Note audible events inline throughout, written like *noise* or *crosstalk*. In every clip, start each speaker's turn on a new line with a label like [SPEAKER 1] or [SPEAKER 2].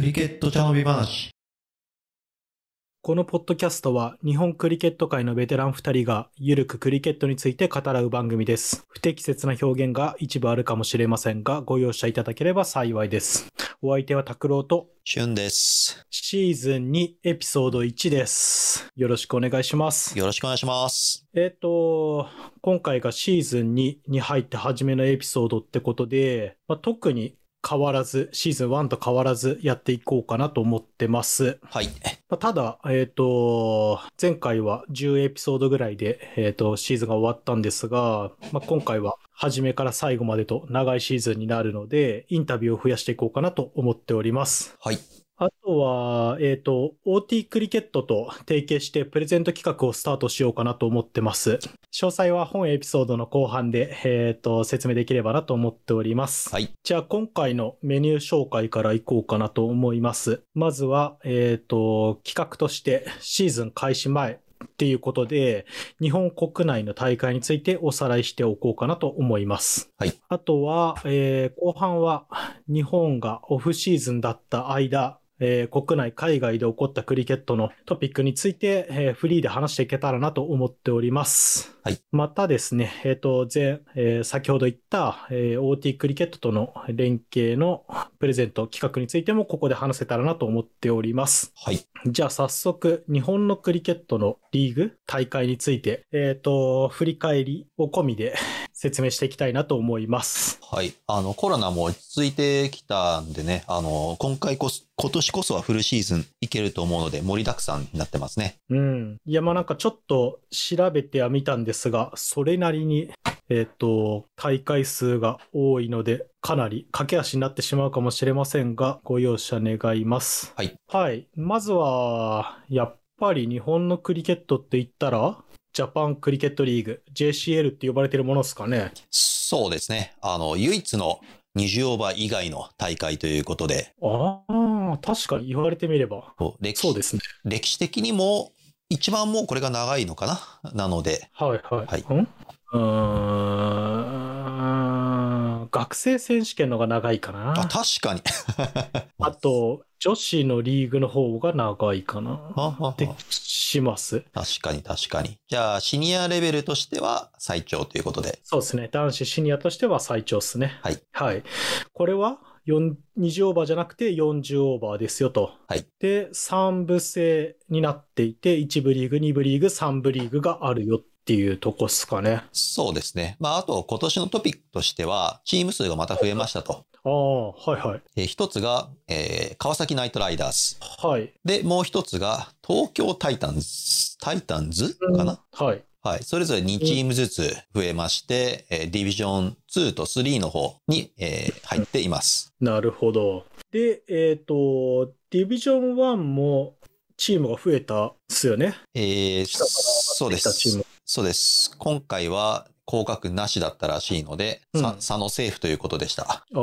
[SPEAKER 1] リケット茶飲み話。
[SPEAKER 2] このポッドキャストは日本クリケット界のベテラン2人がゆるくクリケットについて語らう番組です。不適切な表現が一部あるかもしれませんがご容赦いただければ幸いです。お相手は拓郎と
[SPEAKER 1] シュンです。
[SPEAKER 2] シーズン2エピソード1です。よろしくお願いします。
[SPEAKER 1] よろしくお願いします。
[SPEAKER 2] えっ、と、今回がシーズン2に入って初めのエピソードってことで、まあ、特に変わらず、シーズン1と変わらずやっていこうかなと思ってます。
[SPEAKER 1] はい。
[SPEAKER 2] まあただ、えっ、と、前回は10エピソードぐらいで、えっ、と、シーズンが終わったんですが、まあ、今回は初めから最後までと長いシーズンになるので、インタビューを増やしていこうかなと思っております。
[SPEAKER 1] はい。
[SPEAKER 2] あとは、えっ、と、OT クリケットと提携してプレゼント企画をスタートしようかなと思ってます。詳細は本エピソードの後半で、えっ、と、説明できればなと思っております。
[SPEAKER 1] はい。
[SPEAKER 2] じゃあ今回のメニュー紹介からいこうかなと思います。まずは、えっ、と、企画としてシーズン開始前っていうことで、日本国内の大会についておさらいしておこうかなと思います。
[SPEAKER 1] はい。
[SPEAKER 2] あとは、えー後半は日本がオフシーズンだった間、えー国内、海外で起こったクリケットのトピックについて、えーフリーで話していけたらなと思っております。またですね、えっ、と、前、えー先ほど言った、えー OT クリケットとの連携のプレゼント企画についてもここで話せたらなと思っております。
[SPEAKER 1] はい。
[SPEAKER 2] じゃあ早速、日本のクリケットのリーグ、大会について、えっ、と、振り返りを込みで説明していきたいなと思います。
[SPEAKER 1] はい。あの、コロナも落ち着いてきたんでね、あの、今回こそ、今年こそはフルシーズンいけると思うので、盛りだくさんになってますね。
[SPEAKER 2] うん。いや、まあなんかちょっと調べてはみたんですが、それなりに、えっ、と、大会数が多いので、かなり駆け足になってしまうかもしれませんが、ご容赦願います。
[SPEAKER 1] はい。
[SPEAKER 2] はい。まずは、やっぱり日本のクリケットって言ったら、ジャパンクリケットリーグ、JCL って呼ばれてるものですかね。
[SPEAKER 1] そうですね。あの、唯一の20オーバー以外の大会ということで、
[SPEAKER 2] ああ、確かに言われてみれば。
[SPEAKER 1] そう歴
[SPEAKER 2] そう
[SPEAKER 1] 史
[SPEAKER 2] ですね。
[SPEAKER 1] 歴史的にも、一番もうこれが長いのかななので、
[SPEAKER 2] はいはい。
[SPEAKER 1] はい
[SPEAKER 2] んうーん。学生選手権のが長いかな。
[SPEAKER 1] あ、確かに。
[SPEAKER 2] あと、女子のリーグの方が長いかな。
[SPEAKER 1] ははは
[SPEAKER 2] で、します。
[SPEAKER 1] 確かに確かに。じゃあ、シニアレベルとしては最長ということで。
[SPEAKER 2] そうですね。男子シニアとしては最長ですね。
[SPEAKER 1] はい。
[SPEAKER 2] はい。これは、4 20オーバーじゃなくて40オーバーですよと。
[SPEAKER 1] はい。
[SPEAKER 2] で、3部制になっていて、1部リーグ、2部リーグ、3部リーグがあるよっていうとこっすかね。
[SPEAKER 1] そうですね。まあ、あと、今年のトピックとしては、チーム数がまた増えましたと。
[SPEAKER 2] ああ、はいはい。
[SPEAKER 1] えー一つが、えー川崎ナイトライダース。
[SPEAKER 2] はい。
[SPEAKER 1] で、もう一つが、東京タイタンズ、タイタンズかな、
[SPEAKER 2] はい。
[SPEAKER 1] はい。それぞれ2チームずつ増えまして、えーディビジョン2と3の方に、えー入っています。
[SPEAKER 2] なるほど。で、えっ、と、ディビジョン1もチームが増えたっすよね。
[SPEAKER 1] えーそうで
[SPEAKER 2] できたチー
[SPEAKER 1] す
[SPEAKER 2] ム。。
[SPEAKER 1] そうです。今回は、降格なしだったらしいので、
[SPEAKER 2] うん
[SPEAKER 1] さ佐野セーフということでした。
[SPEAKER 2] ああ、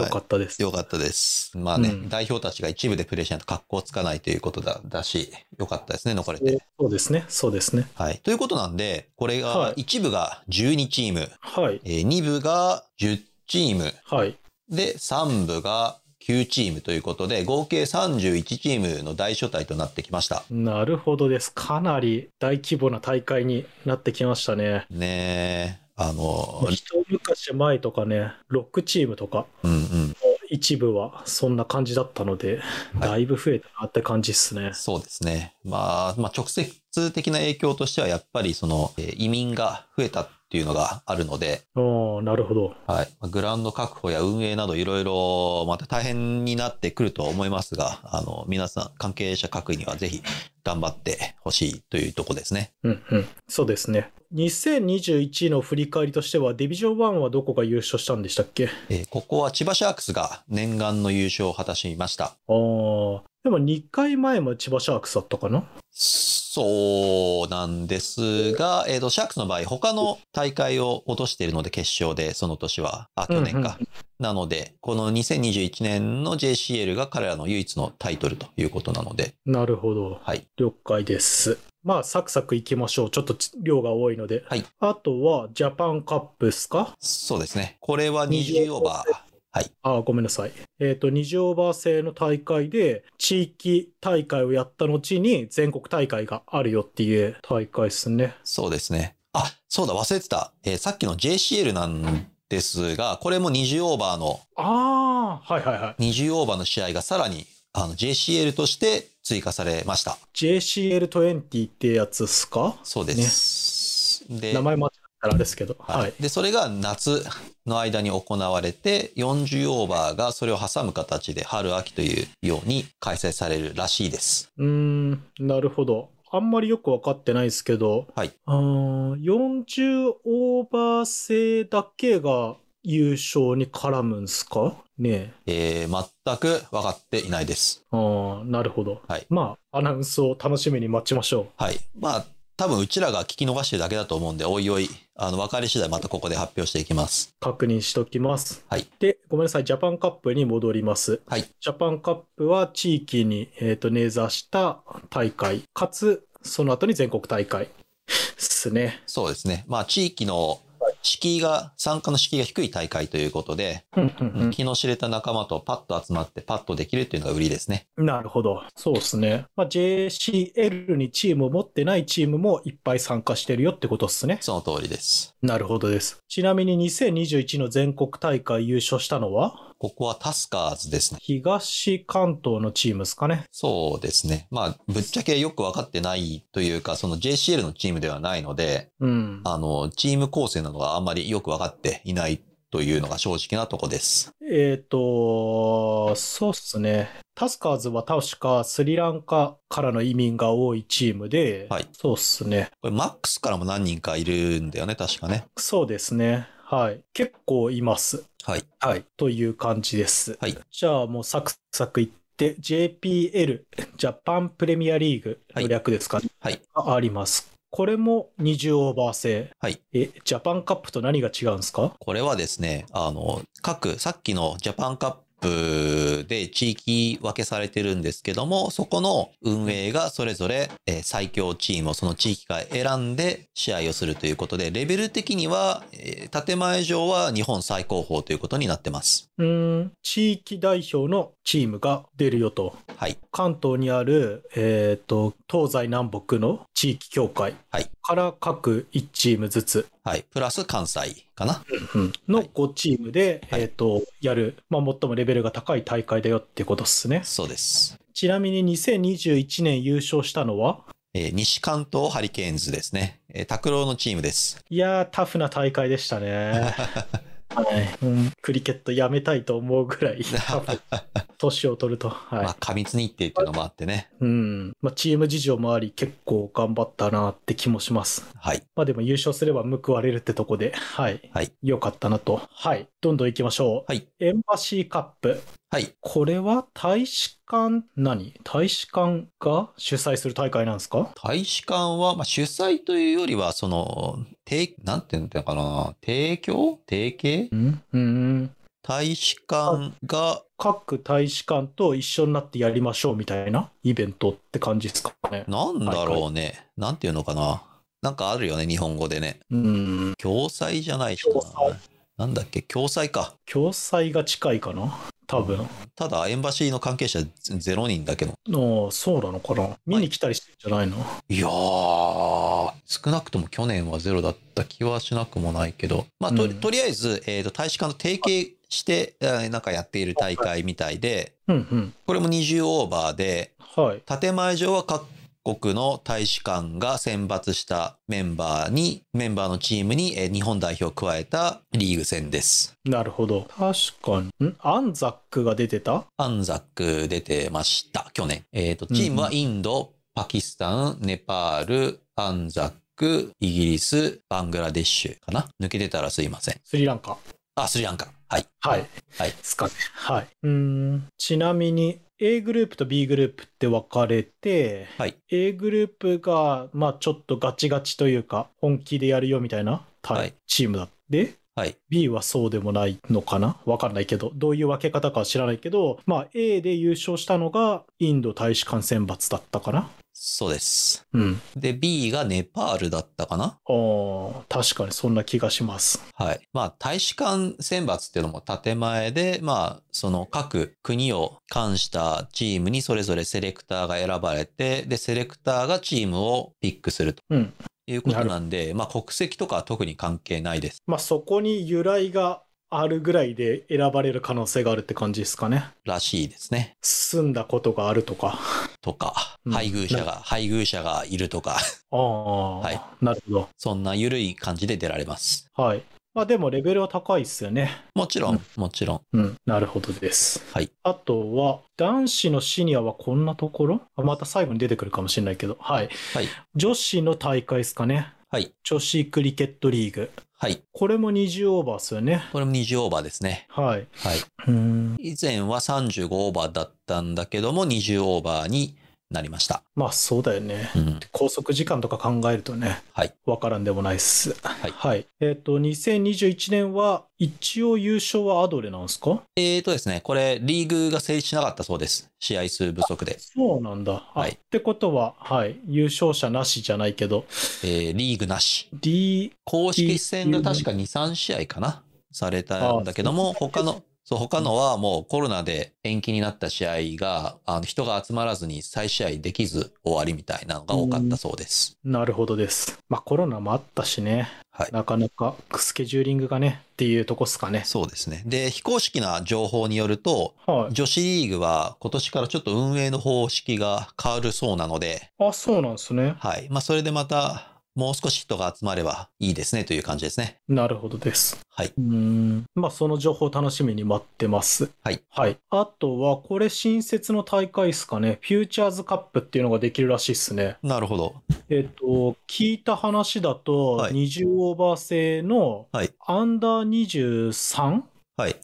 [SPEAKER 2] よかったです。
[SPEAKER 1] よかったです。まあね、
[SPEAKER 2] うん
[SPEAKER 1] 代表たちが一部でプレーしないと格好つかないということだだし、よかったですね、残れて。
[SPEAKER 2] そうですね。そうですね。
[SPEAKER 1] はい。ということなんで、これ
[SPEAKER 2] は
[SPEAKER 1] が、
[SPEAKER 2] い
[SPEAKER 1] 一部が12チーム、
[SPEAKER 2] はい。
[SPEAKER 1] えー二部が10チーム、
[SPEAKER 2] はい。
[SPEAKER 1] で、三部が9チームということで、合計31チームの大所帯となってきました。
[SPEAKER 2] なるほどです。かなり大規模な大会になってきましたね。
[SPEAKER 1] ねえ、あの、
[SPEAKER 2] 一昔前とかね、6チームとか、
[SPEAKER 1] うんうん、
[SPEAKER 2] 一部はそんな感じだったので、
[SPEAKER 1] はい
[SPEAKER 2] だいぶ増えたなって感じですね。
[SPEAKER 1] そうですね。まあ、まあ、直接的な影響としては、やっぱりその、えー移民が増えたっていうのがあるので、
[SPEAKER 2] ああ、なるほど。
[SPEAKER 1] はい。まあグラウンド確保や運営などいろいろまた大変になってくるとは思いますが、あの、皆さん、関係者各位にはぜひ頑張ってほしいというとこですね。
[SPEAKER 2] うんうん。そうですね。2021の振り返りとしては、ディビジョン1はどこが優勝したんでしたっけ
[SPEAKER 1] えーここは千葉シャークスが念願の優勝を果たしました。
[SPEAKER 2] あーでも2回前も千葉シャークスだったかな
[SPEAKER 1] そうなんですが、えっ、と、シャークスの場合、他の大会を落としているので、決勝で、その年は、あ、去年か。
[SPEAKER 2] うん
[SPEAKER 1] なので、この2021年の JCL が彼らの唯一のタイトルということなので、
[SPEAKER 2] なるほど。
[SPEAKER 1] はい。
[SPEAKER 2] 了解です。まあ、サクサクいきましょう。ちょっと量が多いので。
[SPEAKER 1] はい
[SPEAKER 2] あとは、ジャパンカップですか
[SPEAKER 1] そうですね。これは20オーバー。はい。
[SPEAKER 2] ああ、ごめんなさい。えっ、と、二次オーバー制の大会で、地域大会をやった後に全国大会があるよっていう大会ですね。
[SPEAKER 1] そうですね。あ、そうだ、忘れてた。えーさっきの JCL なんですが、これも20オーバーの、
[SPEAKER 2] ああ、はいはいはい。
[SPEAKER 1] 20オーバーの試合がさらに、あの、JCL として追加されました。
[SPEAKER 2] JCL20 ってやつっすか
[SPEAKER 1] そうです。で
[SPEAKER 2] 名前間違ったらあれですけど。
[SPEAKER 1] は
[SPEAKER 2] はいい。、
[SPEAKER 1] でそれが夏の間に行われて40オーバーがそれを挟む形で春秋というように開催されるらしいです。
[SPEAKER 2] うーん、なるほど。あんまりよく分かってないですけど、
[SPEAKER 1] はい
[SPEAKER 2] あー40オーバー制だけが優勝に絡むんすかねえ。
[SPEAKER 1] えー全く分かっていないです。
[SPEAKER 2] ああ、なるほど。
[SPEAKER 1] はい
[SPEAKER 2] まあ、アナウンスを楽しみに待ちましょう。
[SPEAKER 1] はい、まあ多分うちらが聞き逃してるだけだと思うんでおいおいあの分かり次第またここで発表していきます。
[SPEAKER 2] 確認しときます。
[SPEAKER 1] はい
[SPEAKER 2] で、ごめんなさい、ジャパンカップに戻ります。
[SPEAKER 1] はい
[SPEAKER 2] ジャパンカップは地域に、えーと根ざした大会、かつ、その後に全国大会ですね。
[SPEAKER 1] そうですね、まあ、地域の敷居が参加の敷居が低い大会ということで、
[SPEAKER 2] うんうん
[SPEAKER 1] 気の知れた仲間とパッと集まってパッとできるっていうのが売りですね。
[SPEAKER 2] うん、なるほど。そうですね。まあ、JCL にチームを持ってないチームもいっぱい参加してるよってことですね。
[SPEAKER 1] その通りです。
[SPEAKER 2] なるほどです。ちなみに2021の全国大会優勝したのは、
[SPEAKER 1] ここはタスカーズですね。
[SPEAKER 2] 東関東のチームですかね。
[SPEAKER 1] そうですね。まあ、ぶっちゃけよく分かってないというか、その JCL のチームではないので、
[SPEAKER 2] うん。
[SPEAKER 1] あの、チーム構成などはあんまりよく分かっていないというのが正直なとこです。
[SPEAKER 2] えっ、と、そうっすね。タスカーズは確かスリランカからの移民が多いチームで、
[SPEAKER 1] はい
[SPEAKER 2] そうっすね。
[SPEAKER 1] これ、マックスからも何人かいるんだよね、確かね。
[SPEAKER 2] そうですね。はい。結構います。
[SPEAKER 1] はい。
[SPEAKER 2] はい。という感じです。
[SPEAKER 1] はい。
[SPEAKER 2] じゃあもうサクサクいって、JPL、ジャパンプレミアリーグ
[SPEAKER 1] はい
[SPEAKER 2] の略ですかね。
[SPEAKER 1] はい
[SPEAKER 2] があります。これも20オーバー制。
[SPEAKER 1] はい。
[SPEAKER 2] え、ジャパンカップと何が違うんですか
[SPEAKER 1] これはですね、あの、各、さっきのジャパンカップで地域分けされてるんですけども、そこの運営がそれぞれ、えー最強チームをその地域が選んで試合をするということで、レベル的には、えー建前上は日本最高峰ということになってます。
[SPEAKER 2] うーん。地域代表のチームが出るよと。
[SPEAKER 1] はい。
[SPEAKER 2] 関東にある、えー、と東西南北の地域協会
[SPEAKER 1] はい
[SPEAKER 2] から各1チームずつ
[SPEAKER 1] はい。プラス関西かな。
[SPEAKER 2] の
[SPEAKER 1] はい
[SPEAKER 2] 5チームで、
[SPEAKER 1] はい
[SPEAKER 2] えー、とやる、まあ、最もレベルが高い大会だよってことですね
[SPEAKER 1] そうです。
[SPEAKER 2] ちなみに2021年優勝したのは
[SPEAKER 1] えー西関東ハリケーンズですね。えー、拓郎のチームです。 *laughs*
[SPEAKER 2] いやータフな大会でしたね、はいうんクリケットやめたいと思うぐらい
[SPEAKER 1] *laughs*
[SPEAKER 2] タフ年を取ると、はい
[SPEAKER 1] まあ、過密日程っていうのもあってね。
[SPEAKER 2] うんまあ、チーム事情もあり結構頑張ったなって気もします
[SPEAKER 1] はい。
[SPEAKER 2] まあでも優勝すれば報われるってとこで、はい。
[SPEAKER 1] はい
[SPEAKER 2] よかったなと。はい。どんどん行きましょう。
[SPEAKER 1] はい。
[SPEAKER 2] エンバシーカップ。
[SPEAKER 1] はい。
[SPEAKER 2] これは大使館、何大使館が主催する大会なんですか
[SPEAKER 1] 大使館は、まあ、主催というよりは、その、提、なんていうのかな、提供提携
[SPEAKER 2] うん。うん。
[SPEAKER 1] 大使館が、
[SPEAKER 2] 各大使館と一緒になってやりましょうみたいなイベントって感じですかね。
[SPEAKER 1] なんだろうね、なんていうのかな。なんかあるよね、日本語でね。
[SPEAKER 2] うん。
[SPEAKER 1] 共済じゃない人
[SPEAKER 2] 共済
[SPEAKER 1] なんだっけ、共済か。
[SPEAKER 2] 共済が近いかな多分。
[SPEAKER 1] ただ、エンバシーの関係者ゼロ人だけど。
[SPEAKER 2] のそうなのかな見に来たりしてるんじゃないの、
[SPEAKER 1] いやー、少なくとも去年はゼロだった気はしなくもないけど、まあ、と,、
[SPEAKER 2] うん
[SPEAKER 1] とりあえず、えーと、大使館と提携して、えーなんかやっている大会みたいで、
[SPEAKER 2] うんうん。
[SPEAKER 1] これも20オーバーで、
[SPEAKER 2] はい。
[SPEAKER 1] 建前上は各国の大使館が選抜したメンバーに、メンバーのチームにえー日本代表を加えたリーグ戦です。
[SPEAKER 2] なるほど。確かに。んアンザックが出てた
[SPEAKER 1] アンザック出てました、去年。えっ、と、チームはインド、パキスタン、ネパール、アンザック、イギリス、バングラデシュかな抜けてたらすいません。
[SPEAKER 2] スリランカ。
[SPEAKER 1] あ、スリランカ。はい。
[SPEAKER 2] はい。
[SPEAKER 1] はい
[SPEAKER 2] ですかね。はい。うーん。ちなみに、A グループと B グループって分かれて、
[SPEAKER 1] はい。
[SPEAKER 2] A グループが、まあちょっとガチガチというか、本気でやるよみたいな、タイ
[SPEAKER 1] はい
[SPEAKER 2] チームだって。
[SPEAKER 1] はい。
[SPEAKER 2] B はそうでもないのかなわかんないけど、どういう分け方かは知らないけど、まあ A で優勝したのがインド大使館選抜だったかな
[SPEAKER 1] そうです。
[SPEAKER 2] うん。
[SPEAKER 1] で、B がネパールだったかな
[SPEAKER 2] あー確かにそんな気がします。
[SPEAKER 1] はい。まあ、大使館選抜っていうのも建前で、まあ、その各国を冠したチームにそれぞれセレクターが選ばれて、で、セレクターがチームをピックすると
[SPEAKER 2] うん。
[SPEAKER 1] いうことなんで、まあ、国籍とかは特に関係ないです。
[SPEAKER 2] まあ、そこに由来があるぐらいで選ばれる可能性があるって感じですかね。
[SPEAKER 1] らしいですね。
[SPEAKER 2] 住んだことがあるとか。
[SPEAKER 1] とか、
[SPEAKER 2] うん
[SPEAKER 1] 配偶者が、配偶者がいるとか、 *laughs*
[SPEAKER 2] ああ、
[SPEAKER 1] はい
[SPEAKER 2] なるほど。
[SPEAKER 1] そんな緩い感じで出られます。
[SPEAKER 2] はい。まあでもレベルは高いですよね。
[SPEAKER 1] もちろ、
[SPEAKER 2] うん
[SPEAKER 1] もちろん。
[SPEAKER 2] うん。なるほどです。
[SPEAKER 1] はい。
[SPEAKER 2] あとは、男子のシニアはこんなところあまた最後に出てくるかもしれないけど。はい。
[SPEAKER 1] はい。
[SPEAKER 2] 女子の大会ですかね。
[SPEAKER 1] はい。
[SPEAKER 2] 女子クリケットリーグ。
[SPEAKER 1] はい。
[SPEAKER 2] これも20オーバーですよね。
[SPEAKER 1] これも20オーバーですね。
[SPEAKER 2] はい。
[SPEAKER 1] はい。
[SPEAKER 2] うん。
[SPEAKER 1] 以前は35オーバーだったんだけども、20オーバーになりました。
[SPEAKER 2] まあそうだよね。
[SPEAKER 1] うん。
[SPEAKER 2] 拘束時間とか考えるとね、
[SPEAKER 1] はい。
[SPEAKER 2] わからんでもないっす。はいえっ、と、2021年は、一応優勝はアドレなんですか
[SPEAKER 1] えーとですね、これ、リーグが成立しなかったそうです。試合数不足で。
[SPEAKER 2] そうなんだ。あ
[SPEAKER 1] はい
[SPEAKER 2] ってことは、はい。優勝者なしじゃないけど、
[SPEAKER 1] えーリーグなし。
[SPEAKER 2] D、
[SPEAKER 1] 公式戦が確か2、3試合かなされたんだけども、他の、そう、他のはもうコロナで延期になった試合が、あの人が集まらずに再試合できず終わりみたいなのが多かったそうです。
[SPEAKER 2] なるほどです。まあコロナもあったしね、
[SPEAKER 1] はい。
[SPEAKER 2] なかなかスケジューリングがね、っていうとこっすかね。
[SPEAKER 1] そうですね。で、非公式な情報によると、
[SPEAKER 2] はい。
[SPEAKER 1] 女子リーグは今年からちょっと運営の方式が変わるそうなので、
[SPEAKER 2] あ、そうなんですね。
[SPEAKER 1] はい。まあ、それでまた、もう少し人が集まればいいですねという感じですね。
[SPEAKER 2] なるほどです。
[SPEAKER 1] はい。
[SPEAKER 2] うーん。まあ、その情報楽しみに待ってます。
[SPEAKER 1] はい。
[SPEAKER 2] はい。あとは、これ新設の大会ですかね。フューチャーズカップっていうのができるらしいですね。
[SPEAKER 1] なるほど。
[SPEAKER 2] えっ、と、聞いた話だと、
[SPEAKER 1] はい
[SPEAKER 2] 20オーバー制の
[SPEAKER 1] はい、
[SPEAKER 2] アンダー 23?23
[SPEAKER 1] はい。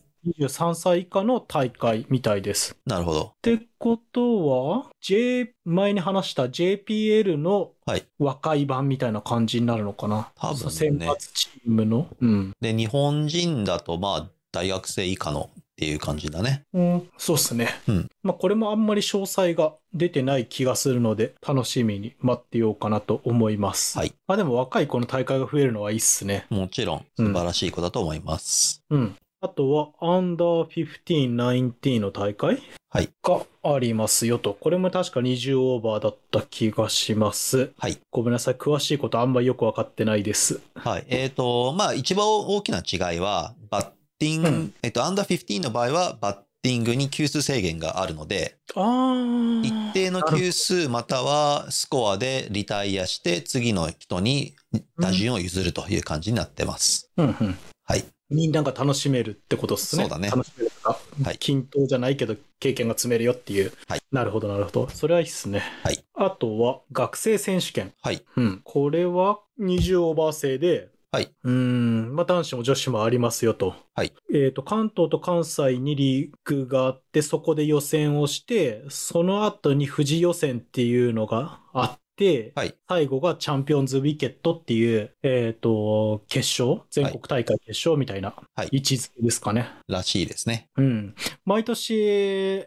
[SPEAKER 2] 歳以下の大会みたいです。
[SPEAKER 1] なるほど。
[SPEAKER 2] ってことは、J、前に話した JPL の
[SPEAKER 1] はい
[SPEAKER 2] 若い版みたいな感じになるのかな。
[SPEAKER 1] 多分ね
[SPEAKER 2] 選抜チームの。うん。
[SPEAKER 1] で、日本人だと、まあ、大学生以下のっていう感じだね。
[SPEAKER 2] うん、そうっすね。
[SPEAKER 1] うん
[SPEAKER 2] まあ、これもあんまり詳細が出てない気がするので、楽しみに待ってようかなと思います。
[SPEAKER 1] はい。
[SPEAKER 2] まあ、でも若い子の大会が増えるのはいいっすね。
[SPEAKER 1] もちろん、
[SPEAKER 2] うん
[SPEAKER 1] 素晴らしい子だと思います。
[SPEAKER 2] うん。あとは、アンダー15、19の大会
[SPEAKER 1] はい。
[SPEAKER 2] がありますよと。これも確か20オーバーだった気がします。
[SPEAKER 1] はい。
[SPEAKER 2] ごめんなさい。詳しいことあんまよくわかってないです。
[SPEAKER 1] はい。えっ、と、まあ、一番大きな違いは、バッティング、
[SPEAKER 2] うん
[SPEAKER 1] えっと、アンダー15の場合は、バッティングに球数制限があるので、
[SPEAKER 2] ああ。
[SPEAKER 1] 一定の球数またはスコアでリタイアして次の人に打順を譲るという感じになってます。
[SPEAKER 2] うんうん。
[SPEAKER 1] はい。
[SPEAKER 2] みんなが楽しめるってことですね。
[SPEAKER 1] そうだね
[SPEAKER 2] 楽しめるとか、
[SPEAKER 1] はい
[SPEAKER 2] 均等じゃないけど、経験が積めるよっていう。
[SPEAKER 1] はい
[SPEAKER 2] なるほど、なるほど。それはいいっすね。
[SPEAKER 1] はい。
[SPEAKER 2] あとは、学生選手権。
[SPEAKER 1] はい。
[SPEAKER 2] うん。これは、20オーバー制で、
[SPEAKER 1] はい。
[SPEAKER 2] うーん。まあ、男子も女子もありますよと。
[SPEAKER 1] はい。
[SPEAKER 2] えっ、と、関東と関西にリーグがあって、そこで予選をして、その後に富士予選っていうのがあって、
[SPEAKER 1] はい。
[SPEAKER 2] 最後がチャンピオンズウィケットっていう、えっ、と、決勝、全国大会決勝みたいな
[SPEAKER 1] はい
[SPEAKER 2] 位置づけですかね。
[SPEAKER 1] らしいですね。
[SPEAKER 2] うん。毎年、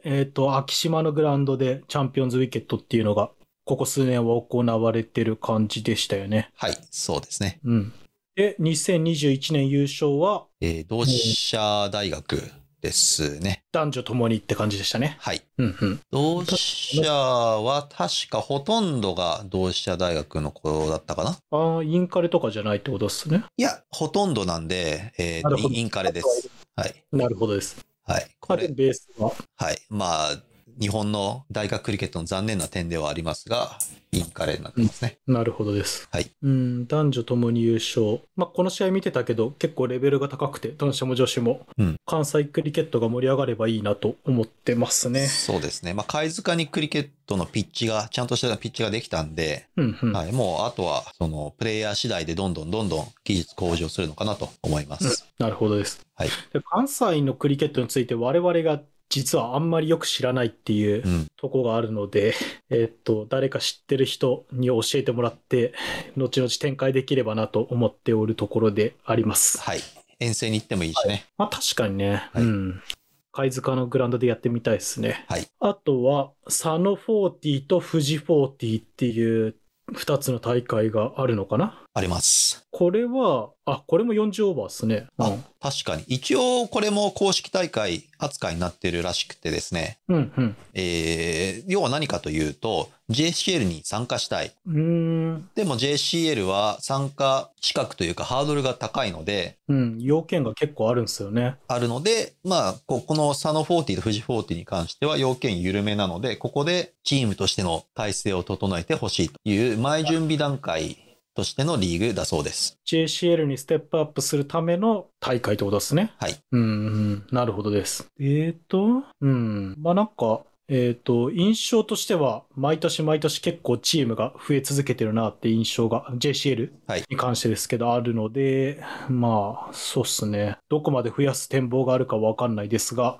[SPEAKER 2] えっ、と、秋島のグラウンドでチャンピオンズウィケットっていうのが、ここ数年は行われてる感じでしたよね。
[SPEAKER 1] はい。そうですね。
[SPEAKER 2] うん。で、2021年優勝は
[SPEAKER 1] えー同志社大学ですね。
[SPEAKER 2] 男女ともにって感じでしたね。
[SPEAKER 1] はい。
[SPEAKER 2] うんうん。
[SPEAKER 1] 同志社は確かほとんどが同志社大学の子だったかな
[SPEAKER 2] ああ、インカレとかじゃないってことですね。
[SPEAKER 1] いや、ほとんどなんで、えー
[SPEAKER 2] なるほど
[SPEAKER 1] インカレです。はい。
[SPEAKER 2] なるほどです。
[SPEAKER 1] はい。こ
[SPEAKER 2] まあで
[SPEAKER 1] れ
[SPEAKER 2] も、ベースは。
[SPEAKER 1] はい。まあ、日本の大学クリケットの残念な点ではありますが、インカレになってますね。
[SPEAKER 2] なるほどです。
[SPEAKER 1] はい。
[SPEAKER 2] うん、男女ともに優勝。まあ、この試合見てたけど、結構レベルが高くて、男子も女子も、
[SPEAKER 1] うん
[SPEAKER 2] 関西クリケットが盛り上がればいいなと思ってますね。
[SPEAKER 1] そうですね。まあ、貝塚にクリケットのピッチが、ちゃんとしたピッチができたんで、
[SPEAKER 2] うんうん。
[SPEAKER 1] はい、もうあとは、その、プレイヤー次第でどんどんどんどん技術向上するのかなと思います。
[SPEAKER 2] なるほどです。
[SPEAKER 1] はい
[SPEAKER 2] で関西のクリケットについて我々が実はあんまりよく知らないっていう
[SPEAKER 1] うん。
[SPEAKER 2] とこがあるので、えっと、誰か知ってる人に教えてもらって、後々展開できればなと思っておるところであります。
[SPEAKER 1] はい。遠征に行ってもいいしね。
[SPEAKER 2] まあ確かにね、
[SPEAKER 1] はい
[SPEAKER 2] うん。貝塚のグラウンドでやってみたいですね。
[SPEAKER 1] はい
[SPEAKER 2] あとは、佐野40と富士40っていう2つの大会があるのかな
[SPEAKER 1] あります。
[SPEAKER 2] これは、あ、これも40オーバーですね。
[SPEAKER 1] あ、確かに。一応、これも公式大会扱いになってるらしくてですね。
[SPEAKER 2] うん、うん、
[SPEAKER 1] えー要は何かというと、JCL に参加したい。
[SPEAKER 2] うん。うーん、
[SPEAKER 1] でも JCL は参加資格というかハードルが高いので、
[SPEAKER 2] うん、要件が結構あるんですよね。
[SPEAKER 1] あるので、まあ、ここのサノ40とフジ40に関しては要件緩めなので、ここでチームとしての体制を整えてほしいという前準備段階としてのリーグだそうです。
[SPEAKER 2] JCL にステップアップするための大会ってことですね。
[SPEAKER 1] はい。
[SPEAKER 2] うん、うん、なるほどです。えっ、と、うん、まあなんか、えっ、と、印象としては、毎年毎年結構チームが増え続けてるなって印象が、JCL
[SPEAKER 1] はい
[SPEAKER 2] に関してですけど、あるので、まあ、そうっすね。どこまで増やす展望があるかわかんないですが、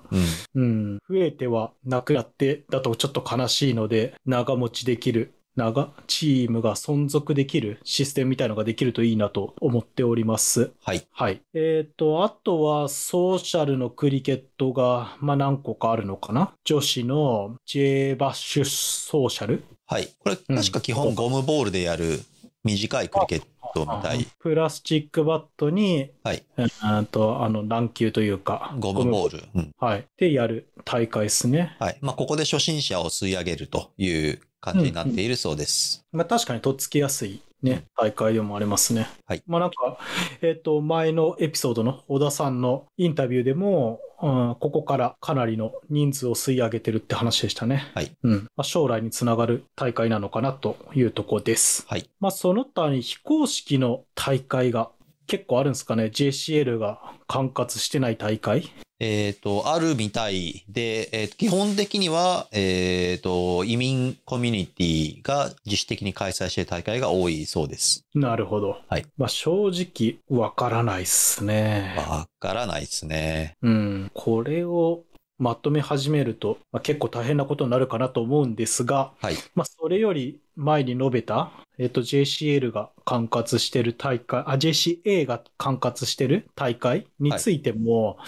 [SPEAKER 1] うん。
[SPEAKER 2] うん、増えてはなくなってだとちょっと悲しいので、長持ちできる、長、チームが存続できるシステムみたいのができるといいなと思っております。
[SPEAKER 1] はい。
[SPEAKER 2] はい。えっ、と、あとはソーシャルのクリケットが、まあ、何個かあるのかな女子の J バッシュソーシャル
[SPEAKER 1] はい。これ、
[SPEAKER 2] うん
[SPEAKER 1] 確か基本ゴムボールでやる短いクリケットみたい。
[SPEAKER 2] プラスチックバットに、
[SPEAKER 1] はい。
[SPEAKER 2] うーんと、あの、乱球というか、
[SPEAKER 1] ゴムボ
[SPEAKER 2] ル。
[SPEAKER 1] ール。うん。
[SPEAKER 2] はい。でやる大会ですね。
[SPEAKER 1] はい。まあ、ここで初心者を吸い上げるという感じになっているそうです。
[SPEAKER 2] まあ、確かにとっつきやすい、ね、大会でもありますね。
[SPEAKER 1] はい
[SPEAKER 2] まあ、なんか、えっ、と、前のエピソードの小田さんのインタビューでも、うん、ここからかなりの人数を吸い上げてるって話でしたね。
[SPEAKER 1] はい。
[SPEAKER 2] うん。まあ、将来につながる大会なのかなというとこです。
[SPEAKER 1] はい。
[SPEAKER 2] まあ、その他に非公式の大会が結構あるんですかね。JCL が管轄してない大会。
[SPEAKER 1] えっ、と、あるみたいで、えー基本的には、えっ、と、移民コミュニティが自主的に開催している大会が多いそうです。
[SPEAKER 2] なるほど。
[SPEAKER 1] はい。
[SPEAKER 2] まあ、正直、わからないっすね。
[SPEAKER 1] わからないですね。
[SPEAKER 2] うん、これをまとめ始めると、まあ、結構大変なことになるかなと思うんですが、
[SPEAKER 1] はい。
[SPEAKER 2] まあ、それより前に述べた、えっと、JCL が管轄してる大会、あ、JCA が管轄してる大会についても、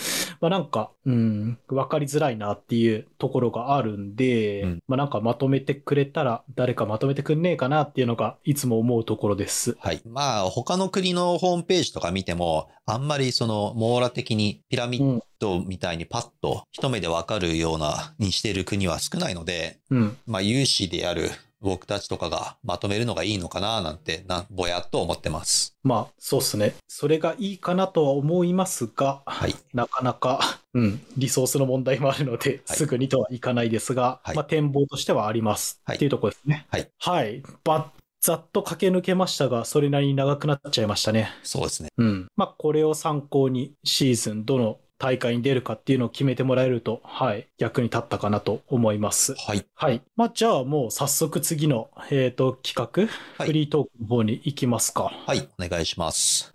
[SPEAKER 2] まあなんか、うん、わかりづらいなっていうところがあるんで、
[SPEAKER 1] うん
[SPEAKER 2] まあなんかまとめてくれたら、誰かまとめてくんねえかなっていうのが、いつも思うところです。
[SPEAKER 1] はい。まあ、他の国のホームページとか見ても、あんまりその網羅的にピラミッドみたいにパッと一目でわかるようなにしている国は少ないので、
[SPEAKER 2] うん。
[SPEAKER 1] まあ、有志である僕たちとかがまとめるのがいいのかななんて、な、ぼやっと思ってます。
[SPEAKER 2] まあ、そうっすね。それがいいかなとは思いますが、
[SPEAKER 1] はい。
[SPEAKER 2] なかなか、うん、リソースの問題もあるので、
[SPEAKER 1] はい
[SPEAKER 2] すぐにとはいかないですが、
[SPEAKER 1] はい
[SPEAKER 2] まあ、展望としてはあります、
[SPEAKER 1] はい
[SPEAKER 2] っていうところですね。
[SPEAKER 1] はい。
[SPEAKER 2] はい。ばざっと駆け抜けましたが、それなりに長くなっちゃいましたね。
[SPEAKER 1] そうですね。
[SPEAKER 2] うん。まあ、これを参考に、シーズンどの大会に出るかっていうのを決めてもらえると、はい、役に立ったかなと思います。
[SPEAKER 1] はい。
[SPEAKER 2] はい。まあ、じゃあもう早速次の、えっ、と、企画、
[SPEAKER 1] はい
[SPEAKER 2] フリートークの方に行きますか。
[SPEAKER 1] はい。お願いします。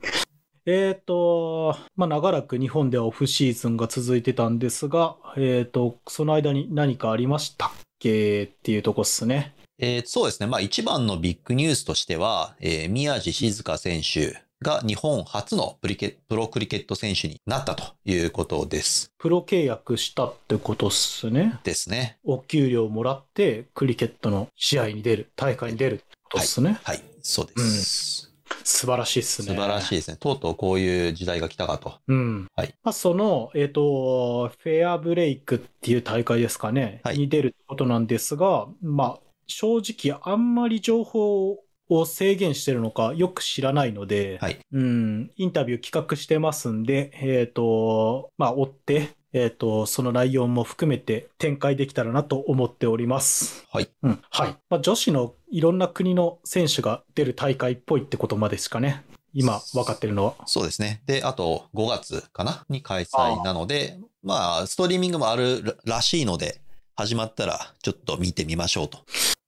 [SPEAKER 2] えっ、と、まあ、長らく日本ではオフシーズンが続いてたんですが、えっ、と、その間に何かありましたっけっていうとこっすね。
[SPEAKER 1] えーそうですね。まあ一番のビッグニュースとしては、えー宮地静香選手が日本初のプリケプロクリケット選手になったということです。
[SPEAKER 2] プロ契約したってことっすね。
[SPEAKER 1] ですね。
[SPEAKER 2] お給料もらって、クリケットの試合に出る、大会に出るってことっすね。
[SPEAKER 1] はい。そうです。
[SPEAKER 2] 素晴らしいっすね。
[SPEAKER 1] 素晴らしい
[SPEAKER 2] い。
[SPEAKER 1] ですね。とうとうこういう時代が来たかと。
[SPEAKER 2] うん。
[SPEAKER 1] はい
[SPEAKER 2] まあ、その、えっ、と、フェアブレイクっていう大会ですかね。
[SPEAKER 1] はい
[SPEAKER 2] に出るってことなんですが、まあ、正直あんまり情報を制限してるのかよく知らないので、
[SPEAKER 1] はい
[SPEAKER 2] うん、インタビュー企画してますんで、えっ、と、まあ、追って、えっ、と、その内容も含めて展開できたらなと思っております。
[SPEAKER 1] はい。
[SPEAKER 2] うん、はい。まあ、女子のいろんな国の選手が出る大会っぽいってことまでしかね、今分かってるのは。
[SPEAKER 1] そうですね。で、あと5月かなに開催なので、まあストリーミングもあるららしいので、始まったらちょっと見てみましょうと。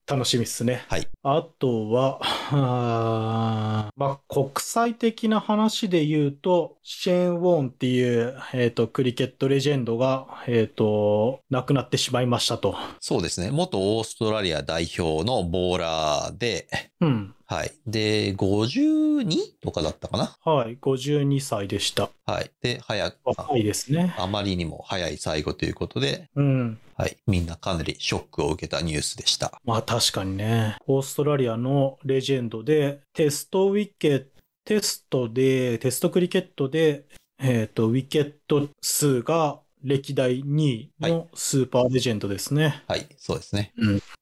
[SPEAKER 2] 楽しみですね。
[SPEAKER 1] はい
[SPEAKER 2] あとは、 *laughs* あーまあ、国際的な話で言うと、シェーン・ウォーンっていう、えっ、と、クリケットレジェンドが、えっ、と、亡くなってしまいましたと。
[SPEAKER 1] そうですね。元オーストラリア代表のボーラーで、
[SPEAKER 2] うん。
[SPEAKER 1] はい。で、52とかだったかな。
[SPEAKER 2] はい、52歳でした。
[SPEAKER 1] はい。で、早く、あ
[SPEAKER 2] 若いですね。
[SPEAKER 1] あまりにも早い最後ということで、
[SPEAKER 2] うん。
[SPEAKER 1] はい。みんなかなりショックを受けたニュースでした。
[SPEAKER 2] まあ確かにね。オーストラリアのレジェンドで、テストウィケット、テストで、テストクリケットで、えっ、と、ウィケット数が歴代2位のスーパーレジェンドですね。
[SPEAKER 1] はい。そうですね。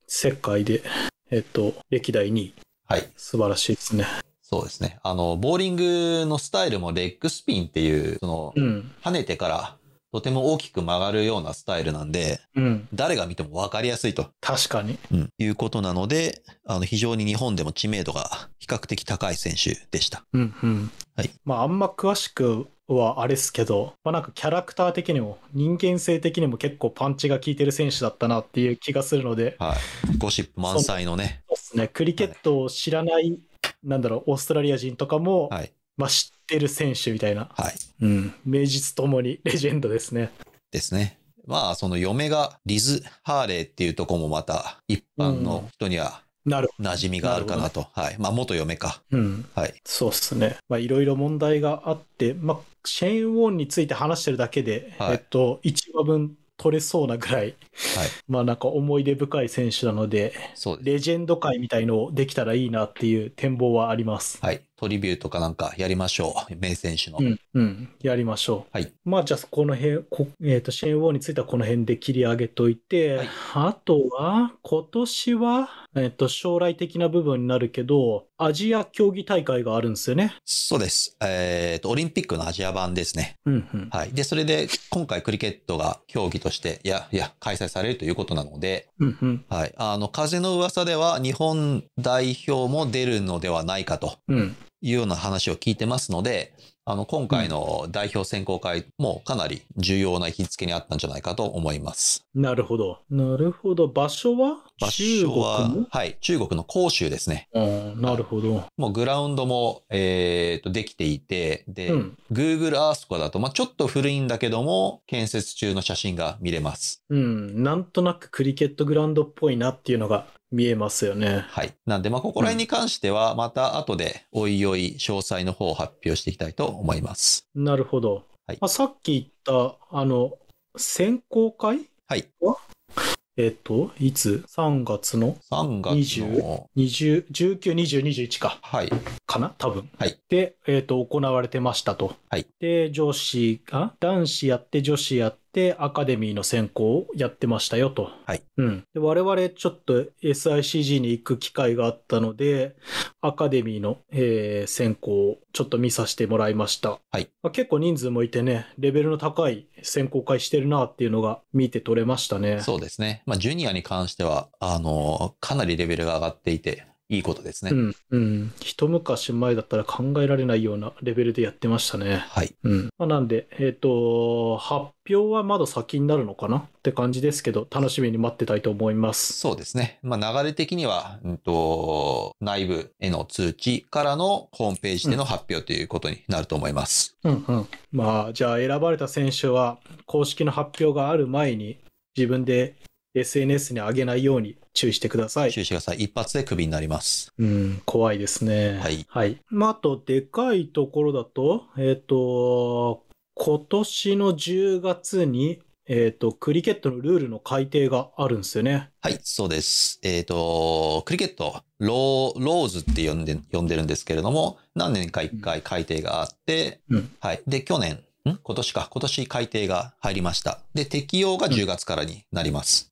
[SPEAKER 2] 世界で、えっ、と、歴代2位。
[SPEAKER 1] はい。
[SPEAKER 2] 素晴らしいですね。
[SPEAKER 1] そうですね。あの、ボーリングのスタイルもレッグスピンっていう、その
[SPEAKER 2] う、ん。
[SPEAKER 1] 跳ねてからとても大きく曲がるようなスタイルなんで、
[SPEAKER 2] うん。
[SPEAKER 1] 誰が見ても分かりやすいと、
[SPEAKER 2] 確かに。
[SPEAKER 1] いうことなので、あの、非常に日本でも知名度が比較的高い選手でした。
[SPEAKER 2] うんうん。
[SPEAKER 1] はい。
[SPEAKER 2] まあ、あんま詳しくはあれですけど、まあなんかキャラクター的にも、人間性的にも結構パンチが効いてる選手だったなっていう気がするので、
[SPEAKER 1] はい。ゴシップ満載のね。
[SPEAKER 2] そうですね。クリケットを知らない、なんだろう、オーストラリア人とかも、
[SPEAKER 1] はい。
[SPEAKER 2] まあ知ってる選手みたいな、
[SPEAKER 1] はい。
[SPEAKER 2] うん。名実ともにレ *laughs* ジェンドですね。
[SPEAKER 1] ですね。まあ、その嫁がリズ・ハーレーっていうとこもまた一般の人には
[SPEAKER 2] なる。
[SPEAKER 1] 馴染みがあるかなと。はい。まあ、元嫁か。
[SPEAKER 2] うん。
[SPEAKER 1] はい。
[SPEAKER 2] そうですね。まあ、いろいろ問題があって、まあ、シェーン・ウォーンについて話してるだけで、
[SPEAKER 1] はい
[SPEAKER 2] えっと、1話分取れそうなぐらい、 *laughs* まあ、なんか思い出深い選手なので、
[SPEAKER 1] そうです。
[SPEAKER 2] レジェンド界みたいのをできたらいいなっていう展望はあります。
[SPEAKER 1] はい。トリビューとかなんかやりましょう。名選手の。
[SPEAKER 2] うん、うん、やりましょう。
[SPEAKER 1] はい。
[SPEAKER 2] まあ、じゃあ、この辺、こえっと、シェーン・ウォーンについてはこの辺で切り上げといて、
[SPEAKER 1] はい
[SPEAKER 2] あとは、今年は、えっと、将来的な部分になるけど、アジア競技大会があるんですよね。
[SPEAKER 1] そうです。えっ、と、オリンピックのアジア版ですね。
[SPEAKER 2] うん、うん。
[SPEAKER 1] はい。で、それで、今回クリケットが競技として、いや、いや、開催されるということなので、
[SPEAKER 2] うん、うん。
[SPEAKER 1] はい。あの、風の噂では、日本代表も出るのではないかと
[SPEAKER 2] うん。
[SPEAKER 1] いうような話を聞いてますので、あの、今回の代表選考会もかなり重要な引き付けにあったんじゃないかと思います。
[SPEAKER 2] なるほど。なるほど。場所は
[SPEAKER 1] 場所は
[SPEAKER 2] 中国も、
[SPEAKER 1] はい。中国の広州ですね。
[SPEAKER 2] うんなるほど。
[SPEAKER 1] もうグラウンドも、えっ、と、できていて、で、
[SPEAKER 2] うん。
[SPEAKER 1] Google Earth とかだと、まあちょっと古いんだけども、建設中の写真が見れます。
[SPEAKER 2] うん。なんとなくクリケットグラウンドっぽいなっていうのが見えますよね。
[SPEAKER 1] はい。なんで、まあ、ここら辺に関しては、また後で、おいおい、詳細の方を発表していきたいと思います。
[SPEAKER 2] なるほど。
[SPEAKER 1] はい
[SPEAKER 2] まあ、さっき言った、あの、選考会
[SPEAKER 1] はい。
[SPEAKER 2] えっと、いつ ?3 月の
[SPEAKER 1] 3月の、
[SPEAKER 2] 20、19、20、21か。
[SPEAKER 1] はい。
[SPEAKER 2] かな多分。
[SPEAKER 1] はい
[SPEAKER 2] で、えっ、と、行われてましたと。
[SPEAKER 1] はい
[SPEAKER 2] で、女子が、男子やって、女子やって、アカデミーの選考をやってましたよと。
[SPEAKER 1] はい。
[SPEAKER 2] うん。で、我々、ちょっと SICG に行く機会があったので、アカデミーの、えー選考をちょっと見させてもらいました。
[SPEAKER 1] はい
[SPEAKER 2] まあ。結構人数もいてね、レベルの高い選考会してるなっていうのが見て取れましたね。
[SPEAKER 1] そうですね。まあ、ジュニアに関しては、あの、かなりレベルが上がっていて、いいことですね。
[SPEAKER 2] うん、うん。一昔前だったら考えられないようなレベルでやってましたね。
[SPEAKER 1] はい。
[SPEAKER 2] うん。まあ、なんで、えっ、と、発表はまだ先になるのかなって感じですけど、楽しみに待ってたいと思います。
[SPEAKER 1] そうですね。まあ、流れ的には、うんと、内部への通知からのホームページでの発表ということになると思います。
[SPEAKER 2] うんうん。まあ、じゃあ選ばれた選手は、公式の発表がある前に、自分で SNS に上げないように注意してください。
[SPEAKER 1] 注意してください。一発でクビになります。
[SPEAKER 2] うん、怖いですね。
[SPEAKER 1] はい
[SPEAKER 2] まあ、あと、でかいところだと、えっ、と、今年の10月に、えっ、と、クリケットのルールの改定があるんですよね。
[SPEAKER 1] はい、そうです。えっ、と、クリケット、ロー、ローズって呼んで、呼んでるんですけれども、何年か一回改定があって、
[SPEAKER 2] うん
[SPEAKER 1] はい。で、去年、ん今年か、今年改定が入りました。で、適用が10月からになります。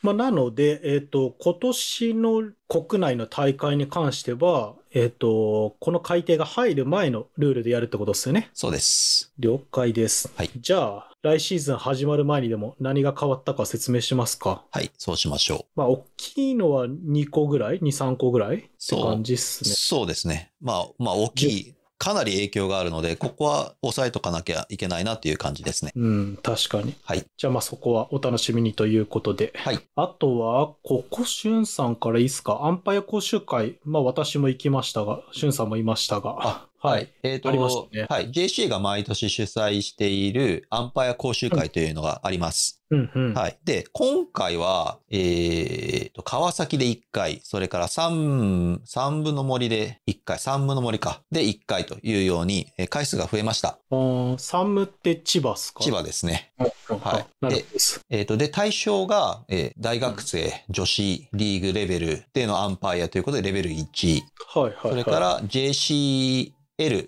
[SPEAKER 2] まあ、なので、えっ、と、今年の国内の大会に関しては、えっ、と、この改定が入る前のルールでやるってことですよね。
[SPEAKER 1] そうです。
[SPEAKER 2] 了解です。
[SPEAKER 1] はい
[SPEAKER 2] じゃあ、来シーズン始まる前にでも何が変わったか説明しますか。
[SPEAKER 1] はい、そうしましょ
[SPEAKER 2] まあ、大きいのは2個ぐらい ?2、3個ぐらいって
[SPEAKER 1] そう
[SPEAKER 2] 感じっ
[SPEAKER 1] う。
[SPEAKER 2] すね。
[SPEAKER 1] そうですね。まあ、まあ、大きい、かなり影響があるので、ここは抑えとかなきゃいけないなっていう感じですね。
[SPEAKER 2] うん、確かに。
[SPEAKER 1] はい。
[SPEAKER 2] じゃあまあそこはお楽しみにということで。
[SPEAKER 1] はい。
[SPEAKER 2] あとは、ここ、しゅんさんからいいですかアンパイア講習会。まあ私も行きましたが、しゅんさんもいましたが。はい。。
[SPEAKER 1] えっ、と、
[SPEAKER 2] ありましたね
[SPEAKER 1] はい。JC が毎年主催しているアンパイア講習会というのがあります。
[SPEAKER 2] うんうん。
[SPEAKER 1] はい。で、今回は、えーと、川崎で1回、それから三、三分の森で1回、三分の森か、で1回というように、えー回数が増えました。
[SPEAKER 2] あーサムって千葉っすか
[SPEAKER 1] 千葉ですね。はい
[SPEAKER 2] なるほどです。
[SPEAKER 1] えーと、で、対象が、えー大学生、女子、リーグレベルでのアンパイアということで、レベル1。
[SPEAKER 2] はいはい、はい。
[SPEAKER 1] それから JCL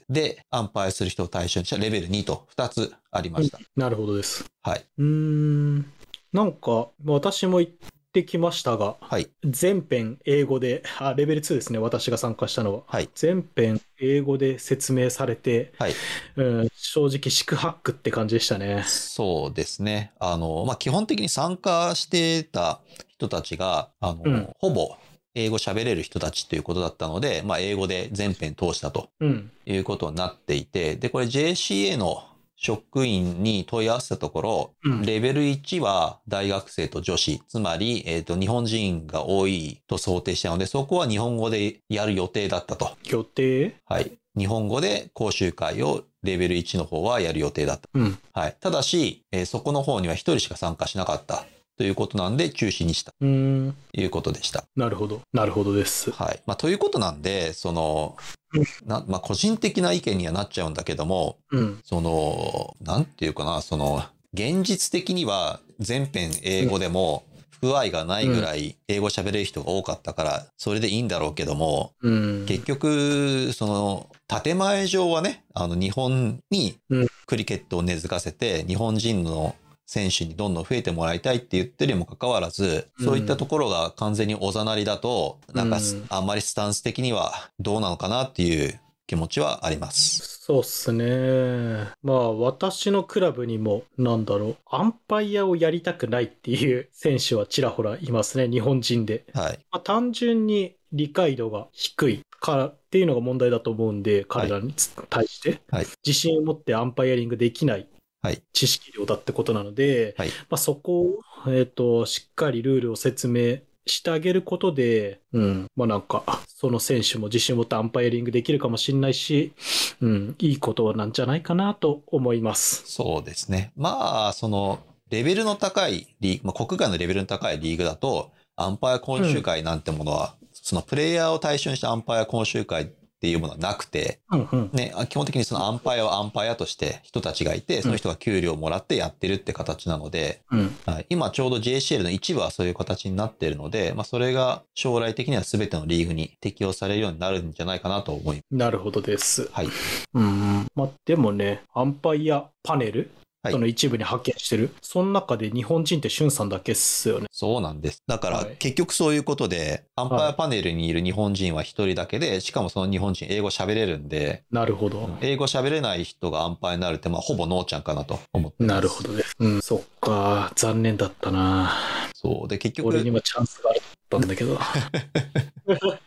[SPEAKER 1] でアンパイアする人を対象にしたレベル2と2つありました。
[SPEAKER 2] なるほどです。
[SPEAKER 1] はい。
[SPEAKER 2] うーん。なんか、私も行ってきましたが、
[SPEAKER 1] はい。
[SPEAKER 2] 全編英語で、あ、レベル2ですね、私が参加したのは。
[SPEAKER 1] はい
[SPEAKER 2] 全編英語で説明されて、
[SPEAKER 1] はい
[SPEAKER 2] うん、正直、四苦八苦って感じでしたね。
[SPEAKER 1] そうですね。あの、まあ、基本的に参加してた人たちが、あの、
[SPEAKER 2] うん
[SPEAKER 1] ほぼ英語喋れる人たちということだったので、まあ、英語で全編通したと
[SPEAKER 2] うん。
[SPEAKER 1] いうことになっていて、で、これ JCA の職員に問い合わせたところ、
[SPEAKER 2] うん
[SPEAKER 1] レベル1は大学生と女子、つまり、えっ、と、日本人が多いと想定したので、そこは日本語でやる予定だったと。
[SPEAKER 2] 予定
[SPEAKER 1] はい。日本語で講習会をレベル1の方はやる予定だった。
[SPEAKER 2] うん。
[SPEAKER 1] はい。ただし、えーそこの方には1人しか参加しなかったということなんで、中止にした
[SPEAKER 2] うーん。
[SPEAKER 1] ということでした。
[SPEAKER 2] なるほど。なるほどです。
[SPEAKER 1] はい。まあ、ということなんで、その
[SPEAKER 2] うん、
[SPEAKER 1] なまあ、個人的な意見にはなっちゃうんだけども、
[SPEAKER 2] うん。
[SPEAKER 1] その、なんていうかな、その、現実的には全編英語でも、不愛がないぐらい英語喋れる人が多かったから、それでいいんだろうけども、
[SPEAKER 2] うん。
[SPEAKER 1] 結局、その、建前上はね、あの、日本に
[SPEAKER 2] うん
[SPEAKER 1] クリケットを根付かせて、日本人の選手にどんどん増えてもらいたいって言ってるにもかかわらず、
[SPEAKER 2] うん
[SPEAKER 1] そういったところが完全におざなりだと、なんかす
[SPEAKER 2] うん
[SPEAKER 1] あんまりスタンス的にはどうなのかなっていう気持ちはあります。
[SPEAKER 2] そうっすね。まあ、私のクラブにも、なんだろう、アンパイアをやりたくないっていう選手はちらほらいますね、日本人で。
[SPEAKER 1] はい。
[SPEAKER 2] まあ、単純に理解度が低いからっていうのが問題だと思うんで、彼らにつ対して、
[SPEAKER 1] はい
[SPEAKER 2] 自信を持ってアンパイアリングできない
[SPEAKER 1] はい
[SPEAKER 2] 知識量だってことなので、
[SPEAKER 1] はい
[SPEAKER 2] まあ、そこを、えー、としっかりルールを説明してあげることで、うんまあ、なんかその選手も自信を持ってアンパイアリングできるかもしれないし、うん、いいことなんじゃないかなと思います。
[SPEAKER 1] そうですね。まあ、その、レベルの高いリーグ、まあ、国外のレベルの高いリーグだと、アンパイア講習会なんてものは、そのプレイヤーを対象にしたアンパイア講習会っていうものはなくて、
[SPEAKER 2] うんうん
[SPEAKER 1] ね、あ基本的にそのアンパイアはアンパイアとして人たちがいて、その人が給料をもらってやってるって形なので、
[SPEAKER 2] うん
[SPEAKER 1] はい今ちょうど JCL の一部はそういう形になっているので、まあ、それが将来的には全てのリーグに適用されるようになるんじゃないかなと思います。
[SPEAKER 2] なるほどです。
[SPEAKER 1] はい。
[SPEAKER 2] うん。まあ、でもね、アンパイアパネル、
[SPEAKER 1] はい
[SPEAKER 2] その一部に発見してる。その中で日本人ってシュンさんだけっすよね。
[SPEAKER 1] そうなんです。だから
[SPEAKER 2] はい
[SPEAKER 1] 結局そういうことで、アンパイアパネルにいる日本人は一人だけで、しかもその日本人英語喋れるんで、
[SPEAKER 2] なるほど。
[SPEAKER 1] 英語喋れない人がアンパイアになるって、まあほぼノーちゃんかなと思ってます。
[SPEAKER 2] なるほどです。うん、そっか。残念だったな。
[SPEAKER 1] そう。で、結局、
[SPEAKER 2] 俺に
[SPEAKER 1] い
[SPEAKER 2] もチャンスがあったんだ
[SPEAKER 1] *laughs*
[SPEAKER 2] けど。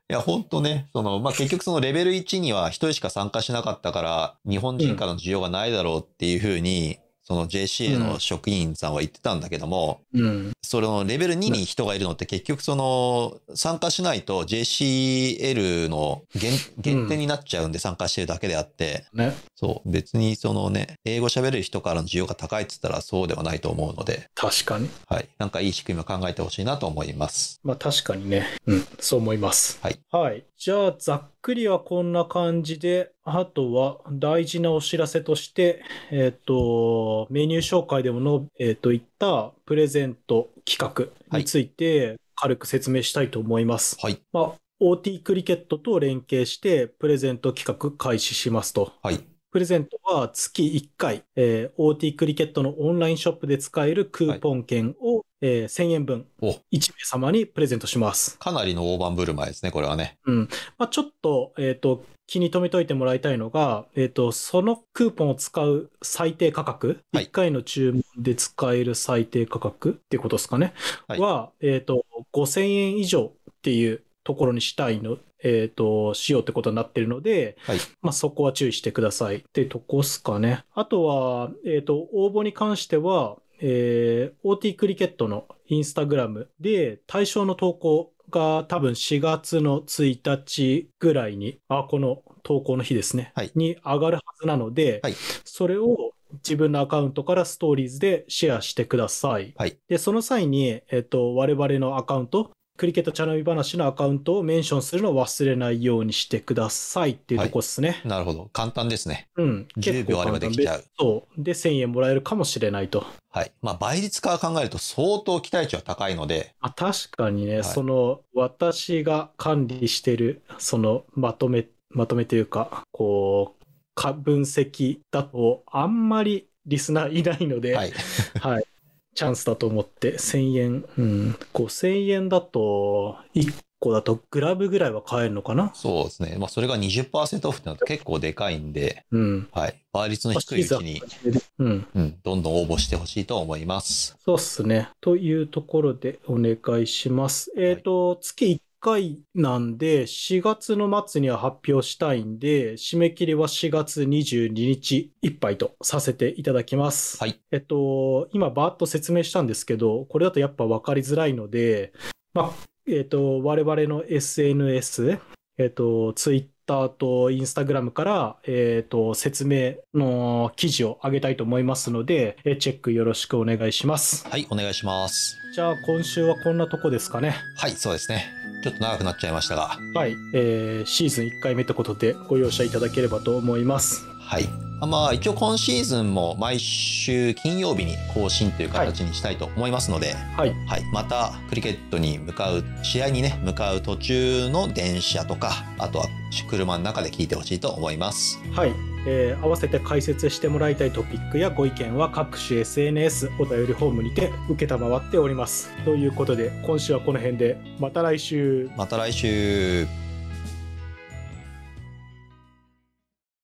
[SPEAKER 1] や、本当ね、その、まあ結局そのレベル1には一人しか参加しなかったから、日本人からの需要がないだろうっていうふうに、その JCA の職員さんは言ってたんだけども、
[SPEAKER 2] うん。
[SPEAKER 1] そのレベル2に人がいるのって結局その参加しないと JCL の限限定になっちゃうんで参加してるだけであって、
[SPEAKER 2] ね。
[SPEAKER 1] そう、別にそのね、英語喋れる人からの需要が高いって言ったらそうではないと思うので、
[SPEAKER 2] 確かに。
[SPEAKER 1] はい、なんかいい仕組みを考えてほしいなと思います。
[SPEAKER 2] まあ確かにね。うん、そう思います。
[SPEAKER 1] はい。
[SPEAKER 2] はい。じゃあ、ざっくりはこんな感じで、あとは大事なお知らせとして、えっ、と、メニュー紹介でもの、えっ、と、言ったプレゼント企画について、軽く説明したいと思います。
[SPEAKER 1] はい、
[SPEAKER 2] まあ、OT クリケットと連携して、プレゼント企画開始しますと。
[SPEAKER 1] はい、
[SPEAKER 2] プレゼントは月1回、えー OT クリケットのオンラインショップで使えるクーポン券を、えー1000円分
[SPEAKER 1] お
[SPEAKER 2] 1名様にプレゼントします。
[SPEAKER 1] かなりの大盤振る舞いですね、これはね。
[SPEAKER 2] まあ、ちょっと,、えーと気に留めておいてもらいたいのが、えーとそのクーポンを使う最低価格、
[SPEAKER 1] はい
[SPEAKER 2] 1回の注文で使える最低価格っていうことですかね、
[SPEAKER 1] はい
[SPEAKER 2] えーと5000円以上っていうところにしたいの、えーとしようってことになってるので、
[SPEAKER 1] はい
[SPEAKER 2] まあ、そこは注意してくださいってとこっすかね。あとは、えーと応募に関しては、えー OT クリケットのインスタグラムで対象の投稿が多分4月の1日ぐらいに、あ、この投稿の日ですね。
[SPEAKER 1] はい
[SPEAKER 2] に上がるはずなので、
[SPEAKER 1] はい
[SPEAKER 2] それを自分のアカウントからストーリーズでシェアしてください。
[SPEAKER 1] はい
[SPEAKER 2] で、その際に、えっと、我々のアカウント、クリケットチャナビ話のアカウントをメンションするのを忘れないようにしてくださいっていうとこですね。
[SPEAKER 1] なるほど。簡単ですね。
[SPEAKER 2] うん。
[SPEAKER 1] 10秒あればできちゃ
[SPEAKER 2] う。
[SPEAKER 1] う。
[SPEAKER 2] そう。で、1000円もらえるかもしれないと。
[SPEAKER 1] はい。まあ、倍率から考えると相当期待値は高いので、
[SPEAKER 2] あ確かにね、
[SPEAKER 1] い
[SPEAKER 2] その、私が管理してる、その、まとめ、まとめというか、こう、か分析だと、あんまりリスナーいないので、
[SPEAKER 1] はい。
[SPEAKER 2] はい。チャンスだと思って、1000円。うん。5000円だと、1個だとグラブぐらいは買えるのかな
[SPEAKER 1] そうですね。まあ、それが20%オフってなると結構でかいんで、
[SPEAKER 2] うん。
[SPEAKER 1] はい。倍率の低いうちに、
[SPEAKER 2] うん。
[SPEAKER 1] うん、どんどん応募してほしいと思います。
[SPEAKER 2] そうっすね。というところでお願いします。えっ、と、月1回なんで、4月の末には発表したいんで、締め切りは4月22日いっぱいとさせていただきます。
[SPEAKER 1] はい。
[SPEAKER 2] えっと、今バーッと説明したんですけど、これだとやっぱ分かりづらいので、まあ、えっと、我々の SNS、えっと、Twitter と Instagram から、えっと、説明の記事を上げたいと思いますので、えチェックよろしくお願いします。
[SPEAKER 1] はい、お願いします。
[SPEAKER 2] じゃあ、今週はこんなとこですかね。
[SPEAKER 1] はい、そうですね。ちょっと長くなっちゃいましたが、
[SPEAKER 2] はい。えーシーズン1回目ってことでご容赦いただければと思います。
[SPEAKER 1] はい。あまあ、一応今シーズンも毎週金曜日に更新という形にしたいと思いますので、
[SPEAKER 2] はい。
[SPEAKER 1] はい、またクリケットに向かう試合にね向かう途中の電車とかあとは車の中で聞いてほしいと思います
[SPEAKER 2] はい、えー合わせて解説してもらいたいトピックやご意見は各種 SNS お便りフォームにて受けたまわっておりますということで今週はこの辺でまた来週
[SPEAKER 1] また来週